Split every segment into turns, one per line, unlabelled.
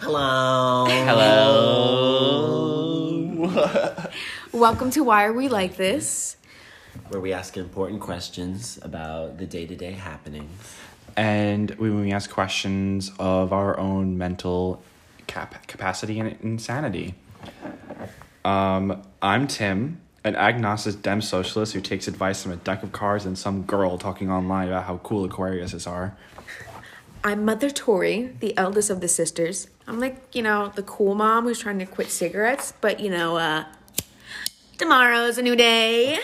Hello.
Hello.
Welcome to Why Are We Like This?
Where we ask important questions about the day to day happenings.
and we, when we ask questions of our own mental cap- capacity and insanity. Um, I'm Tim, an agnostic dem socialist who takes advice from a deck of cards and some girl talking online about how cool Aquariuses are.
I'm Mother Tori, the eldest of the sisters. I'm like, you know, the cool mom who's trying to quit cigarettes, but you know, uh, tomorrow's a new day.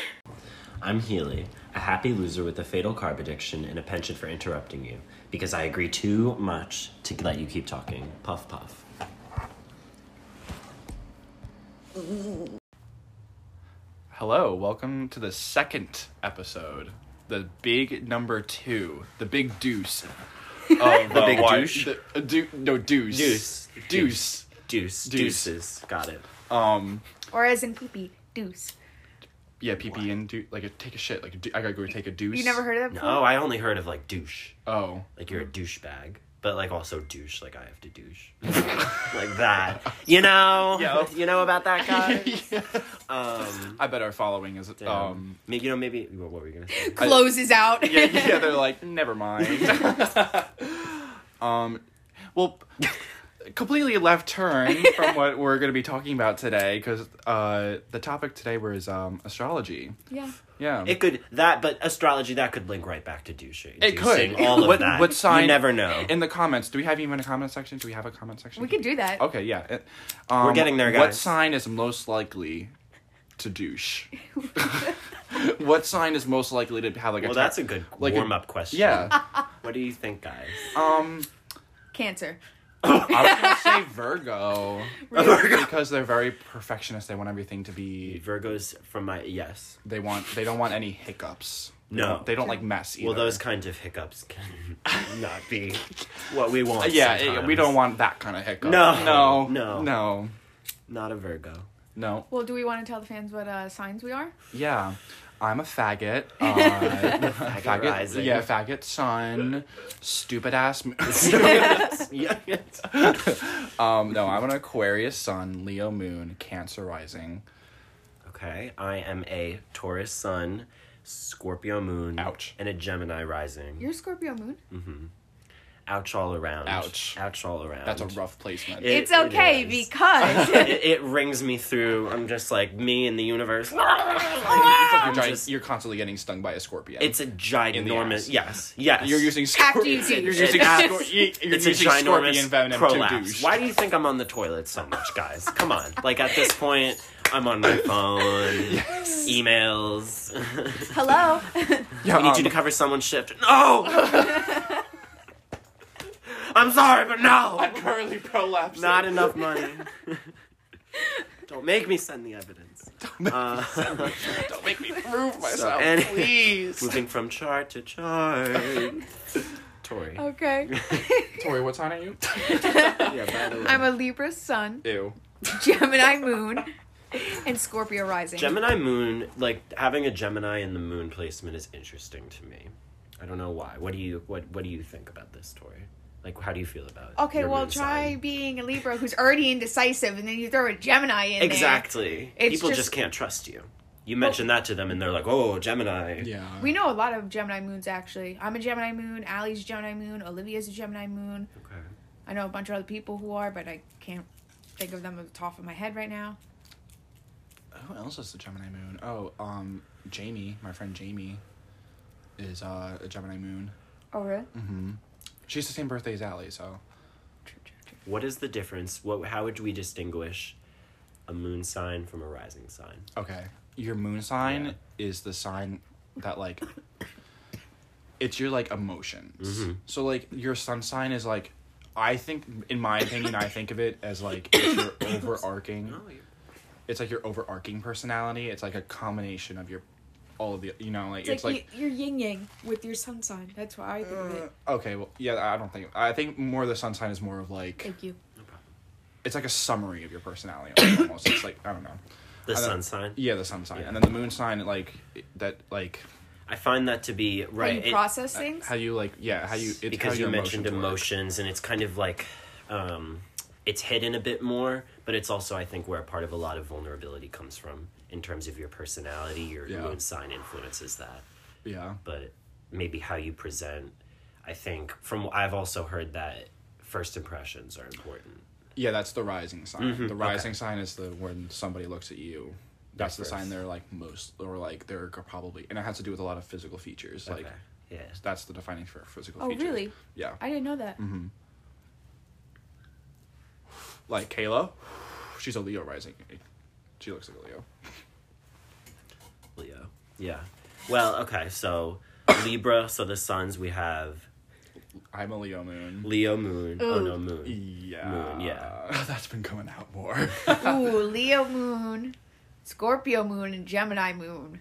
I'm Healy, a happy loser with a fatal carb addiction and a penchant for interrupting you because I agree too much to let you keep talking. Puff, puff.
Hello, welcome to the second episode, the big number two, the big deuce. Of, the
big douche?
The, uh, deu- no, deuce.
Deuce.
Deuce.
Deuce.
Deuce.
Deuces. Got it.
Um,
Or as in poopy, deuce.
yeah, pee pee and do like a, take a shit. Like a deu- I gotta go take a deuce.
You never heard of that
No, I only heard of like douche.
Oh,
Like you're a douchebag. But like also douche, like I have to douche. like that. You know?
Yo.
You know about that guy? um
I bet our following is um.
um, maybe you know maybe what were you gonna say?
before? Closes out.
Yeah, yeah, they're like never mind. um, well, completely left turn from what we're gonna be talking about today because uh, the topic today was um astrology.
Yeah.
Yeah.
It could that, but astrology that could link right back to douching.
It could.
Douching, all of
what,
that.
What sign?
You never know.
In the comments, do we have even a comment section? Do we have a comment section?
We could do that.
Okay, yeah. It- um,
We're getting there,
What
guys.
sign is most likely to douche? what sign is most likely to have like
well,
a? ta-
that's a good
like a-
warm up question.
Yeah.
What do you think, guys?
Um,
Cancer.
I was gonna say Virgo because they're very perfectionist. They want everything to be.
Virgos from my yes.
They want. They don't want any hiccups. They
No.
don't- they don't like mess. Either.
Well, those kinds of hiccups can not be what we want.
Yeah, it,
sometimes.
we don't want that kind of hiccup.
No.
no,
No.
no,
Not a Virgo.
no.
Well, do we want to tell the fans what uh, signs we are?
Yeah, I'm a faggot. Uh, faggot,
rising.
Yeah, faggot son. Stupid ass. m-
yeah.
um, no, I'm an Aquarius sun, Leo moon, Cancer rising.
Okay, I am a Taurus Sun, Scorpio Moon,
Ouch.
and a Gemini Rising.
You're Scorpio Moon?
Ouch all around.
Ouch.
Ouch all around.
That's a rough placement.
It-
it's okay
it is.
because.
it, it rings me through. I'm just like me and the universe.
you're,
I'm
gi-
just-
you're constantly getting stung by a scorpion.
it's a ginormous.
ass.
Yes, yes.
you're using
After
scorpion.
you see
You're
it.
using,
It's-
scor- y- you're
it's a
using scorpion
ginormous
venom to
prolapse.
douche.
Why do you think I'm on the toilet so much, guys? Come on. Like at this point, I'm on my phone, emails.
Hello.
Yeah,
I need
um,
you to cover someone's shift. No. I'm sorry, but no.
I'm currently prolapsing.
Not enough money. Don't make me send the evidence. Uh,
Don't make me prove myself,
any-
please.
moving from chart to chart. Tori.
okay.
Tori, what sign are you?
Yeah, by the way.
I'm a Libra sun,
Ew.
Gemini moon, and Scorpio rising.
Gemini moon, like having a Gemini in the moon placement is interesting to me. I don't know why. What do you what what do you think about this, Tori? Like how do you feel about it?
Okay,
your
well,
moon
try
sign?
being a Libra who's already indecisive, and then you throw a Gemini in
Exactly.
It's
People just,
just-
can't trust you. You mention that to them and they're like, "Oh, Gemini."
Yeah.
there. We know a lot of Gemini moons, actually. I'm a Gemini moon, Allie's a Gemini moon, Olivia's a Gemini moon.
Okay.
I know a bunch of other people who are, but I can't think of them at the top of my head right now.
Who else is the Gemini moon? Oh, um, Jamie, my friend Jamie, is uh, a Gemini moon.
Oh, really?
She's the same birthday as Allie, so
What is the difference? What how would we distinguish a moon sign from a rising sign?
okay. Your moon sign
Yeah.
is the sign that like it's your like emotions.
Mhm.
So like your sun sign is like I think in my opinion I think of it as like it's your overarching it's like your overarching personality. It's like a combination of your all of the you know like
It's,
it's,
like,
like
y- your yin yang with your sun sign. That's what I think of it.
Mm, Okay, well, yeah, I don't think. I think more the sun sign is more of like
Thank you.
No problem.
it's like a summary of your personality almost. it's like I don't know.
The
I don't-
sun sign?
Yeah, the sun sign,
Yeah.
and then the moon sign, like that, like
I find that to be right.
How you
it-
process things.
Uh, How you like? Yeah, how you? It's
because
how
you
your
mentioned
emotions work.
emotions and it's kind of like um, it's hidden a bit more but it's also i think where part of a lot of vulnerability comes from in terms of your personality your
Yeah.
mood sign influences that
Yeah.
but maybe how you present i think from i've also heard that first impressions are important
Yeah, that's the rising sign. The
Mm-hmm. okay.
rising sign is the when somebody looks at you. That's the
first.
sign they're like most, or like they're g- probably, and it has to do with a lot of physical features. Like
okay yeah
that's the defining for physical.
Oh,
feature.
really?
Yeah.
I didn't know that.
like Kayla, she's a Leo rising. She looks like a Leo.
leo yeah well okay so libra so the suns we have
I'm a Leo moon.
leo moon oh
Ooh.
no moon
Yeah.
Moon, yeah.
That's been coming out more.
Ooh, Leo moon, Scorpio moon, and Gemini moon.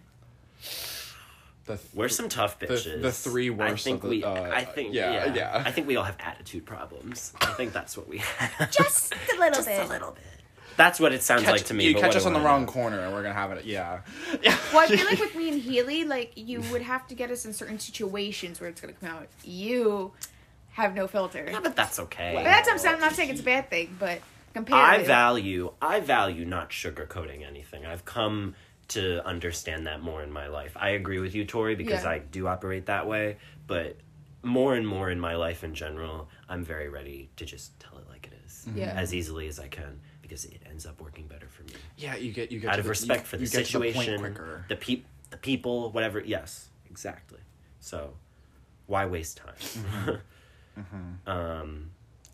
the th-
We're some tough
the
bitches.
three
I
worst of
think
the-
we.
uh,
I think.
yeah,
Yeah,
yeah.
I think we all have attitude problems. I think that's what we have.
Just a little bit.
a little bit. That's what it sounds
catch,
like to me.
You
but
catch
what
us
do
on the
I
wrong
know?
corner, and we're gonna have it. Yeah.
Well, I feel like with me and Healy, like you would have to get us in certain situations where it's gonna come out. You have no filter.
Yeah, but that's okay.
But that's what I'm saying. I'm not saying it's a bad thing, but compare.
I
it.
value. I value not sugarcoating anything. I've come to understand that more in my life. I agree with you, Tori, because
Yeah.
I do operate that way. But more and more in my life in general, I'm very ready to just tell it like it is,
Yeah.
as easily as I can, because it ends up working better for me.
Yeah. You get you get
out
to
of
the-
respect
you-
for the
you get to
situation,
point
the,
quicker.
peop, the people, whatever. Yes, exactly. So, why waste time?
Mm-hmm.
um,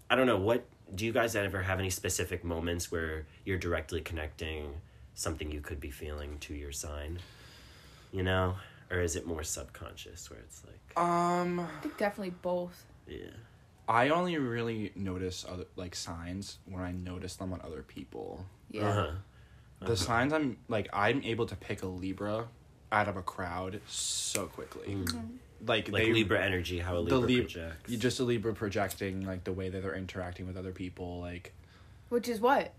I don't know. What do you guys ever have any specific moments where you're directly connecting something you could be feeling to your sign? You know, or is it more subconscious where it's like,
Um.
I think definitely both.
yeah,
I only really notice other like signs when I notice them on other people.
Yeah.
uh-huh.
The signs I'm like I'm able to pick a Libra out of a crowd so quickly. Like,
Hmm. like
they,
Libra energy, how a Libra
the Lib-
projects.
you just a Libra projecting like the way that they're interacting with other people. Like,
Which is what?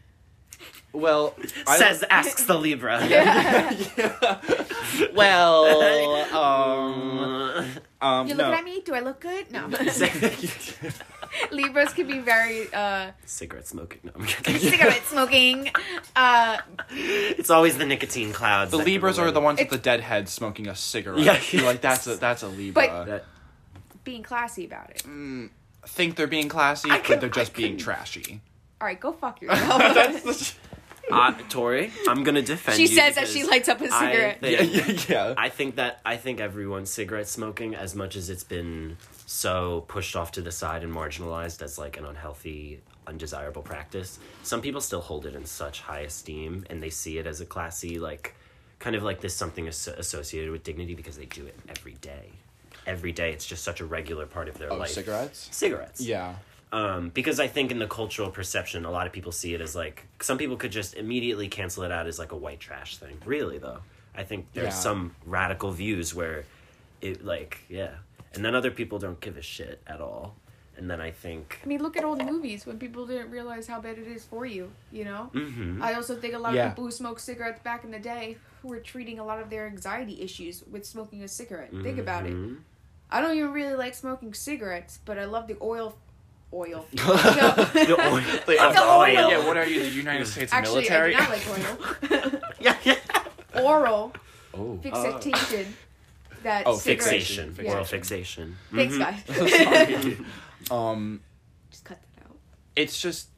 well, I-
says asks the Libra.
well, um, um,
You're
no.
looking at me. Do I look good? No. Libras can be very uh,
Cigarette smoking. No, I'm kidding.
cigarette smoking. Uh,
It's always the nicotine clouds.
the
that
Libras
give
are
away.
the ones with the dead head smoking a cigarette.
Yeah.
You're like that's a that's a Libra.
That,
being classy about it.
Think they're being classy, but
can-
they're just
I
being
can-
trashy.
All right, go fuck yourself.
that's the.
uh, Tori, I'm gonna defend.
she
you
says that she
because
lights up a
I
cigarette.
think,
yeah.
I think that I think everyone's cigarette smoking, as much as it's been so pushed off to the side and marginalized as like an unhealthy, undesirable practice, some people still hold it in such high esteem, and they see it as a classy, like, kind of like this something as- associated with dignity because they do it every day. Every day, it's just such a regular part of their
Oh,
life.
cigarettes?
Cigarettes.
Yeah.
um, because I think in the cultural perception, a lot of people see it as like some people could just immediately cancel it out as like a white trash thing. Really though, I think there's
Yeah.
some radical views where it like yeah, and then other people don't give a shit at all, and then I think
I mean, look at old movies when people didn't realize how bad it is for you. You know.
Mhm.
I also think a lot
Yeah.
of people who smoked cigarettes back in the day were treating a lot of their anxiety issues with smoking a cigarette. Think about it.
Mhm.
I don't even really like smoking cigarettes, but I love the oil. Oil.
the
No.
oil,
It's a oil.
oil.
Yeah, what are you, the United States
Actually,
military?
I do not like oil.
yeah, yeah.
Oral
oh.
fixation. That
Oh,
cigarette-
fixation,
Yeah.
oral fixation.
Thanks,
Mhm.
guys.
Um,
Just cut that out.
it's just,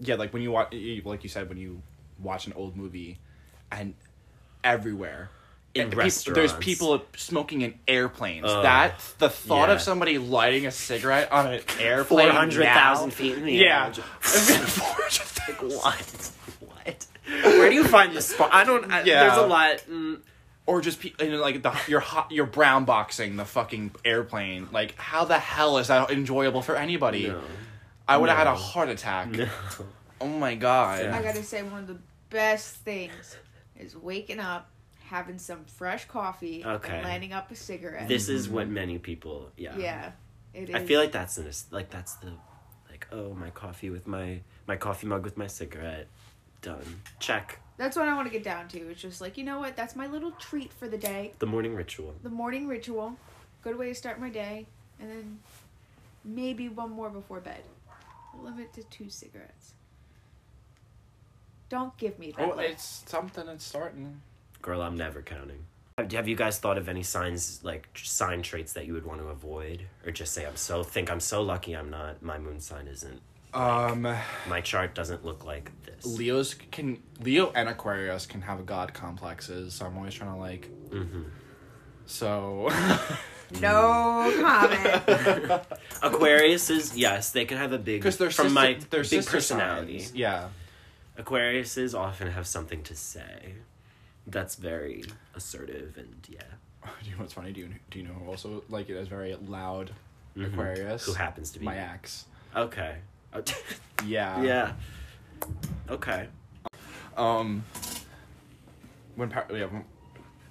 yeah, like when you watch, like you said, when you watch an old movie, and everywhere.
In
and peop-
restaurants,
there's people smoking in airplanes.
Ugh.
that the thought
Yeah.
of somebody lighting a cigarette on an airplane.
four
now-
hundred thousand feet in the air.
Yeah.
Just-
400,000.
What? What? Where do you find this spot? I don't. I,
Yeah.
There's a lot. Mm,
or just pe- you know, like the you're hot, you're brown boxing the fucking airplane. Like how the hell is that enjoyable for anybody?
no.
I would have had
No.
a heart attack. Oh my god.
Yeah.
I gotta say, one of the best things is waking up, having some fresh coffee,
Okay.
and lighting up a cigarette.
This is what many people. Yeah.
yeah, it is.
I feel like that's an, es- like that's the like oh my coffee with my my coffee mug with my cigarette done check
That's what I want to get down to. It's just like, you know what? That's my little treat for the day.
The morning ritual.
The morning ritual. Good way to start my day. And then maybe one more before bed. Limit to two cigarettes. Don't give me that.
Oh,
look.
it's something that's starting.
Girl, I'm never counting. Have have you guys thought of any signs, like sign traits that you would want to avoid? Or just say, I'm so, think I'm so lucky I'm not, my moon sign isn't,
Um,
my chart doesn't look like this.
Leo's can Leo and Aquarius can have god complexes, so I'm always trying to like.
Mm-hmm.
So
no comment.
Aquarius is, yes, they can have a big,
because they're
from
sister,
my
they're
big
sister
personality.
signs. Yeah,
Aquariuses often have something to say. That's very assertive and yeah.
Do you know what's funny? Do you do you know who also like it is very loud Aquarius?
Mm-hmm. Who happens to be
my Uh. ex?
Okay. Oh,
Yeah.
yeah. Okay.
Um. When Par- yeah, when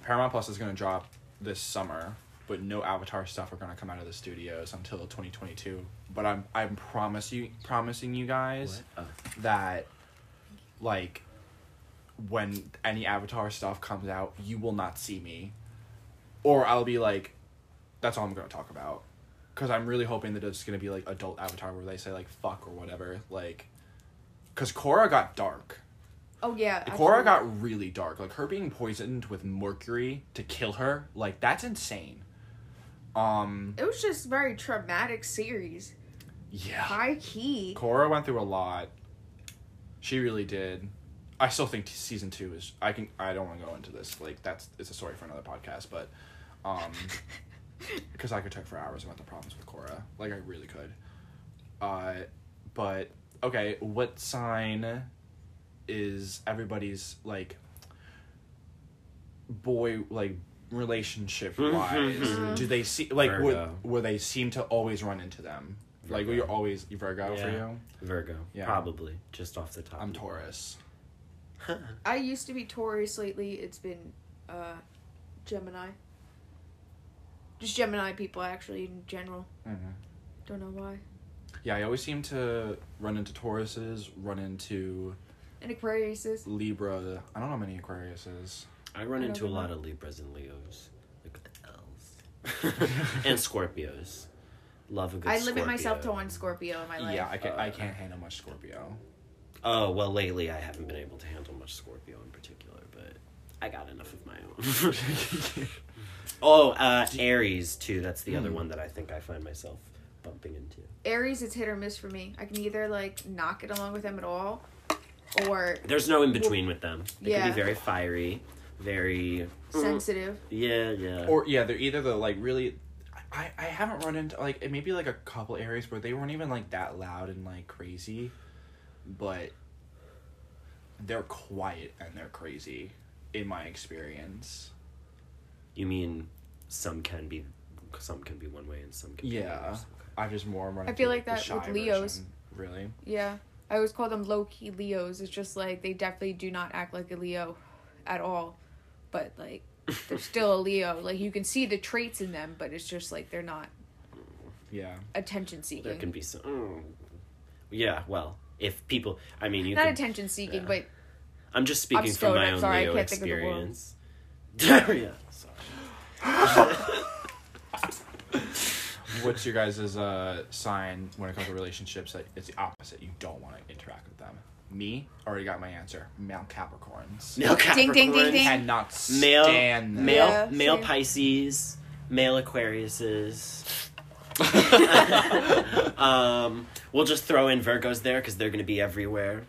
Paramount Plus is gonna drop this summer, but no Avatar stuff are gonna come out of the studios until 2022. But I'm I'm promise you promising you guys
What? Uh,
that, like, when any Avatar stuff comes out, you will not see me, or I'll be like, that's all I'm gonna talk about. Cause I'm really hoping that it's gonna be like adult Avatar where they say like fuck or whatever like, cause Korra got dark.
Oh, yeah.
Korra
absolutely.
got really dark. Like her being poisoned with mercury to kill her, like that's insane. Um
It was just very traumatic series.
yeah.
High key.
Korra went through a lot. She really did. I still think t- season 2 is I can I don't want to go into this. Like that's it's a story for another podcast, but um because I could talk for hours about the problems with Korra. Like I really could. Uh but okay, what sign is everybody's like boy like relationship wise? Do they see like where,
Virgo.
where they seem to always run into them? Like
Virgo.
you're always Virgo for
Yeah.
you.
Virgo.
Yeah.
Probably. Just off the top.
I'm Taurus.
I used to be Taurus lately. It's been uh, Gemini. Just Gemini people, actually, in general. Don't know why.
Mm-hmm. Yeah, I always seem to run into Tauruses, run into
And Aquarius is.
Libra. I don't know how many Aquariuses.
I run
I don't
into a lot
know.
of Libras and Leos. Like with the L's. and Scorpios. Love a good
I limit myself to
Scorpio.
one Scorpio in my life.
Yeah, I can I can't handle much Scorpio.
Oh, well, lately I haven't been able to handle much Scorpio in particular, but I got enough of my own. oh, uh, Aries, too. That's the other one that I think I find myself bumping into.
Aries, it's hit or miss for me. I can either, like, not get along with them at all, or
There's no in between with them. They can
Yeah.
be very fiery, very. Mm.
sensitive.
Yeah, yeah.
Or yeah, they're either the like really. I I haven't run into like maybe like a couple areas where they weren't even like that loud and like crazy, but they're quiet and they're crazy, in my experience.
you mean some can be. Some can be one way and some can be the
Yeah,
others.
I've just more run.
I
into
feel like
the
that
shy
with Leos.
version. Really?
Yeah. I always call them low key Leos. It's just like they definitely do not act like a Leo at all. But like they're still a Leo. Like you can see the traits in them, but it's just like they're not
Yeah.
attention
There can
seeking.
be some. mm. Yeah, well, if people, I mean, you
Not
can,
attention seeking,
yeah.
but
I'm just speaking
stoned,
from my
I'm
own
sorry, I
Leo
can't think of the word.
experience. yeah, sorry.
What's your guys' uh, sign when it comes to relationships? That it's the opposite. You don't want to interact with them. Me already got my answer. Male Capricorns.
Male
Ding, ding, ding,
Capricorns.
ding.
Cannot
Male,
stand them.
male,
Yeah,
male
same.
Pisces, male Aquariuses. um, we'll just throw in Virgos there because they're gonna be everywhere.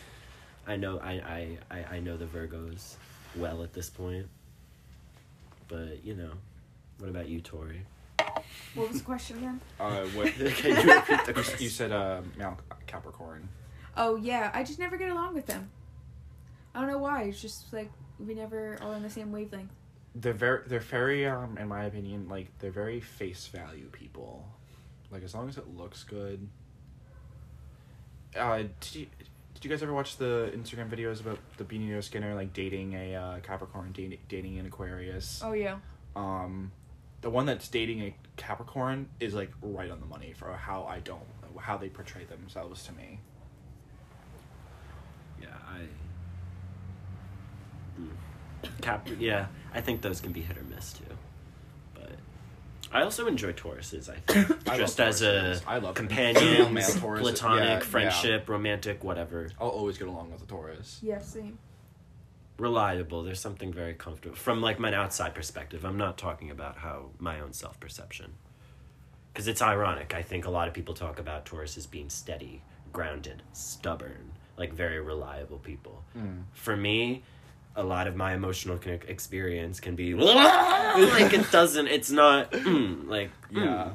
I know, I, I, I, I know the Virgos well at this point. But you know, what about you, Tori?
what was the question again?
Uh, what,
Can you repeat the
you,
question?
you said uh, male Capricorn.
Oh yeah, I just never get along with them. I don't know why. It's just like we never are on the same wavelength.
They're very, they're very, um, in my opinion, like they're very face value people. Like as long as it looks good. Uh, did you, did you guys ever watch the Instagram videos about the Beanie Noodle Skinner like dating a uh, Capricorn, dating, dating an Aquarius?
Oh yeah.
um the one that's dating a capricorn is like right on the money for how i don't how they portray themselves to me
Yeah, I.
Hmm.
Cap, yeah, I think those can be hit or miss too. But I also enjoy Tauruses. I think
I
just
love
as a
Tauruses. I love them. Male
companion,
Tauruses,
platonic,
yeah, yeah.
friendship, romantic, whatever.
I'll always get along with a Taurus.
Yeah, same.
Reliable. There's something very comfortable from like my outside perspective. I'm not talking about how my own self perception. Because it's ironic. I think a lot of people talk about Tauruses being steady, grounded, stubborn, like very reliable people.
Hmm.
For me, a lot of my emotional con- experience can be like it doesn't. It's not mm, like mm.
Yeah.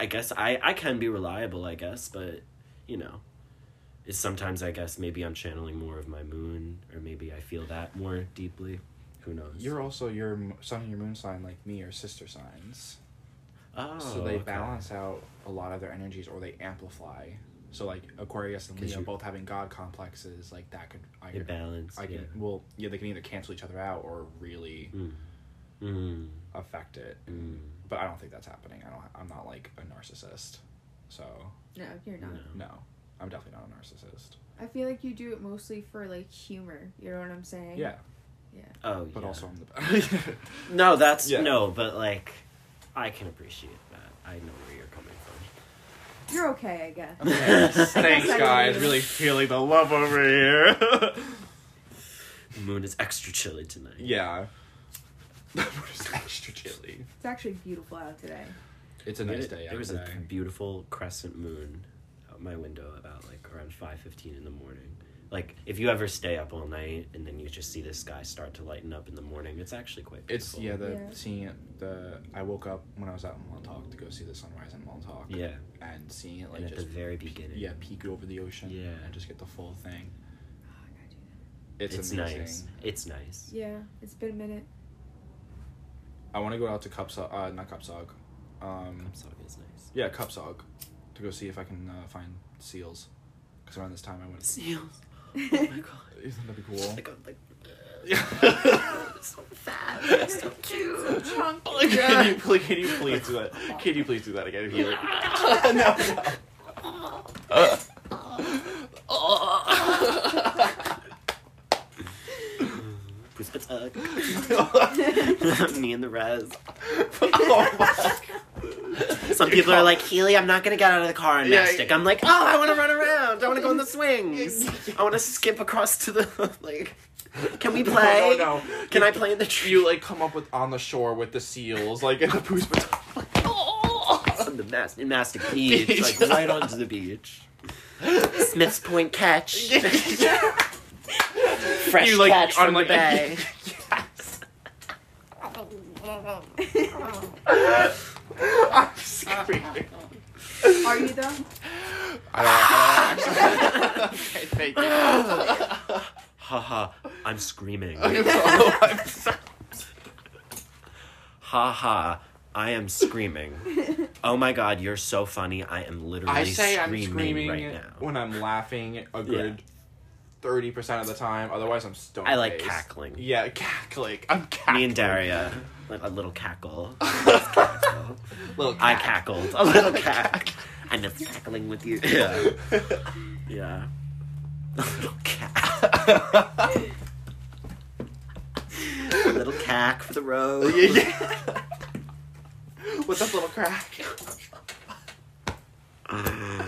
I guess I I can be reliable. I guess, but you know, it's sometimes I guess maybe I'm channeling more of my moon, or maybe I feel that more deeply. Who knows?
You're also your m- sun and your moon sign, like me, are sister signs.
oh,
so they
okay.
balance out a lot of their energies or they amplify. So like Aquarius and
'Cause
Leo
you-
both having God complexes, like that could I
They
could,
balance.
I can
yeah.
well yeah they can either cancel each other out or really
Mm. Mm.
affect it.
Mm.
But I don't think that's happening. I don't. I'm not like a narcissist, so
No, you're not.
No.
no, I'm definitely not a
I feel like you do it mostly for like humor. You know what I'm
narcissist.
saying?
Yeah,
Oh,
but
yeah.
also I'm the.
no. That's
Yeah.
no, but like, I can appreciate that. I know where you're coming from.
You're okay, I guess.
Thanks, thanks
I
guys.
do.
Really feeling the love over here.
The moon is extra chilly tonight.
yeah. Just extra chilly.
It's actually beautiful out today.
It's a
There-
nice day.
There was
today.
a beautiful crescent moon out my window about like around five fifteen in the morning. Like if you ever stay up all night and then you just see the sky start to lighten up in the morning, it's actually quite
It's
beautiful.
yeah, the
Yeah.
seeing it the I woke up when I was out in Montauk to go see the sunrise in Montauk.
Yeah.
And seeing it like
And at
just
the very beginning.
yeah, peek over the ocean.
Yeah.
And just get the full thing.
Oh,
It's,
It's,
amazing.
nice. It's nice.
Yeah, it's been a minute.
I wanna go out to Cupsog uh not Cupsog. Um
Kapsog is nice.
yeah, Cupsog. To go see if I can uh, find seals. Because around this time I went
Seals. Oh my god.
Isn't that be cool?
I got like
Yeah.
so cute. So chunky.
Oh
can you please can you please do that? Can you please do that again? Can you-
Puss Patuck. Me and the res.
oh my
Some people are like, Healy, I'm not gonna get out of the car and
Yeah,
mastic.
yeah.
I'm like, oh, I want to run around. I want to go in the swings. I want to skip across to the like. Can we play?
No, no, no.
Can I play in the tree?
you like come up with on the shore with the seals, like in the poos, but
on the mas- in mastic beach, like right onto the beach. Smith's Point catch. Fresh
You, like,
catch
I'm
from
like-
the bay.
I'm screaming.
Oh. Are you though?
I don't, okay, thank you.
Haha, I'm screaming.
Oh, I'm sorry.
Haha, I am screaming. Oh my god, you're so funny. I am literally
I say I'm
screaming,
screaming
right now.
when I'm laughing a good thirty percent of the time. Otherwise, I'm stoned.
I like cackling.
Yeah, cackling. I'm cackling.
Me and Daria, like a little cackle.
Little
I cackled. A little cack. I'm just cackling with you. Yeah. Yeah. A little cack. a little cack for the road.
Yeah, yeah. What's up, little crack?
Uh,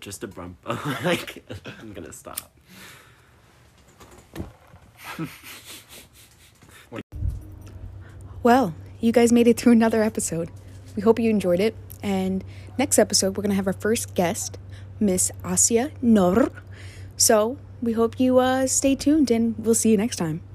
Just a bump. like, I'm gonna stop.
Well, you guys made it through another episode. We hope you enjoyed it. And next episode, we're going to have our first guest, Miss Asia Nor. So we hope you uh, stay tuned and we'll see you next time.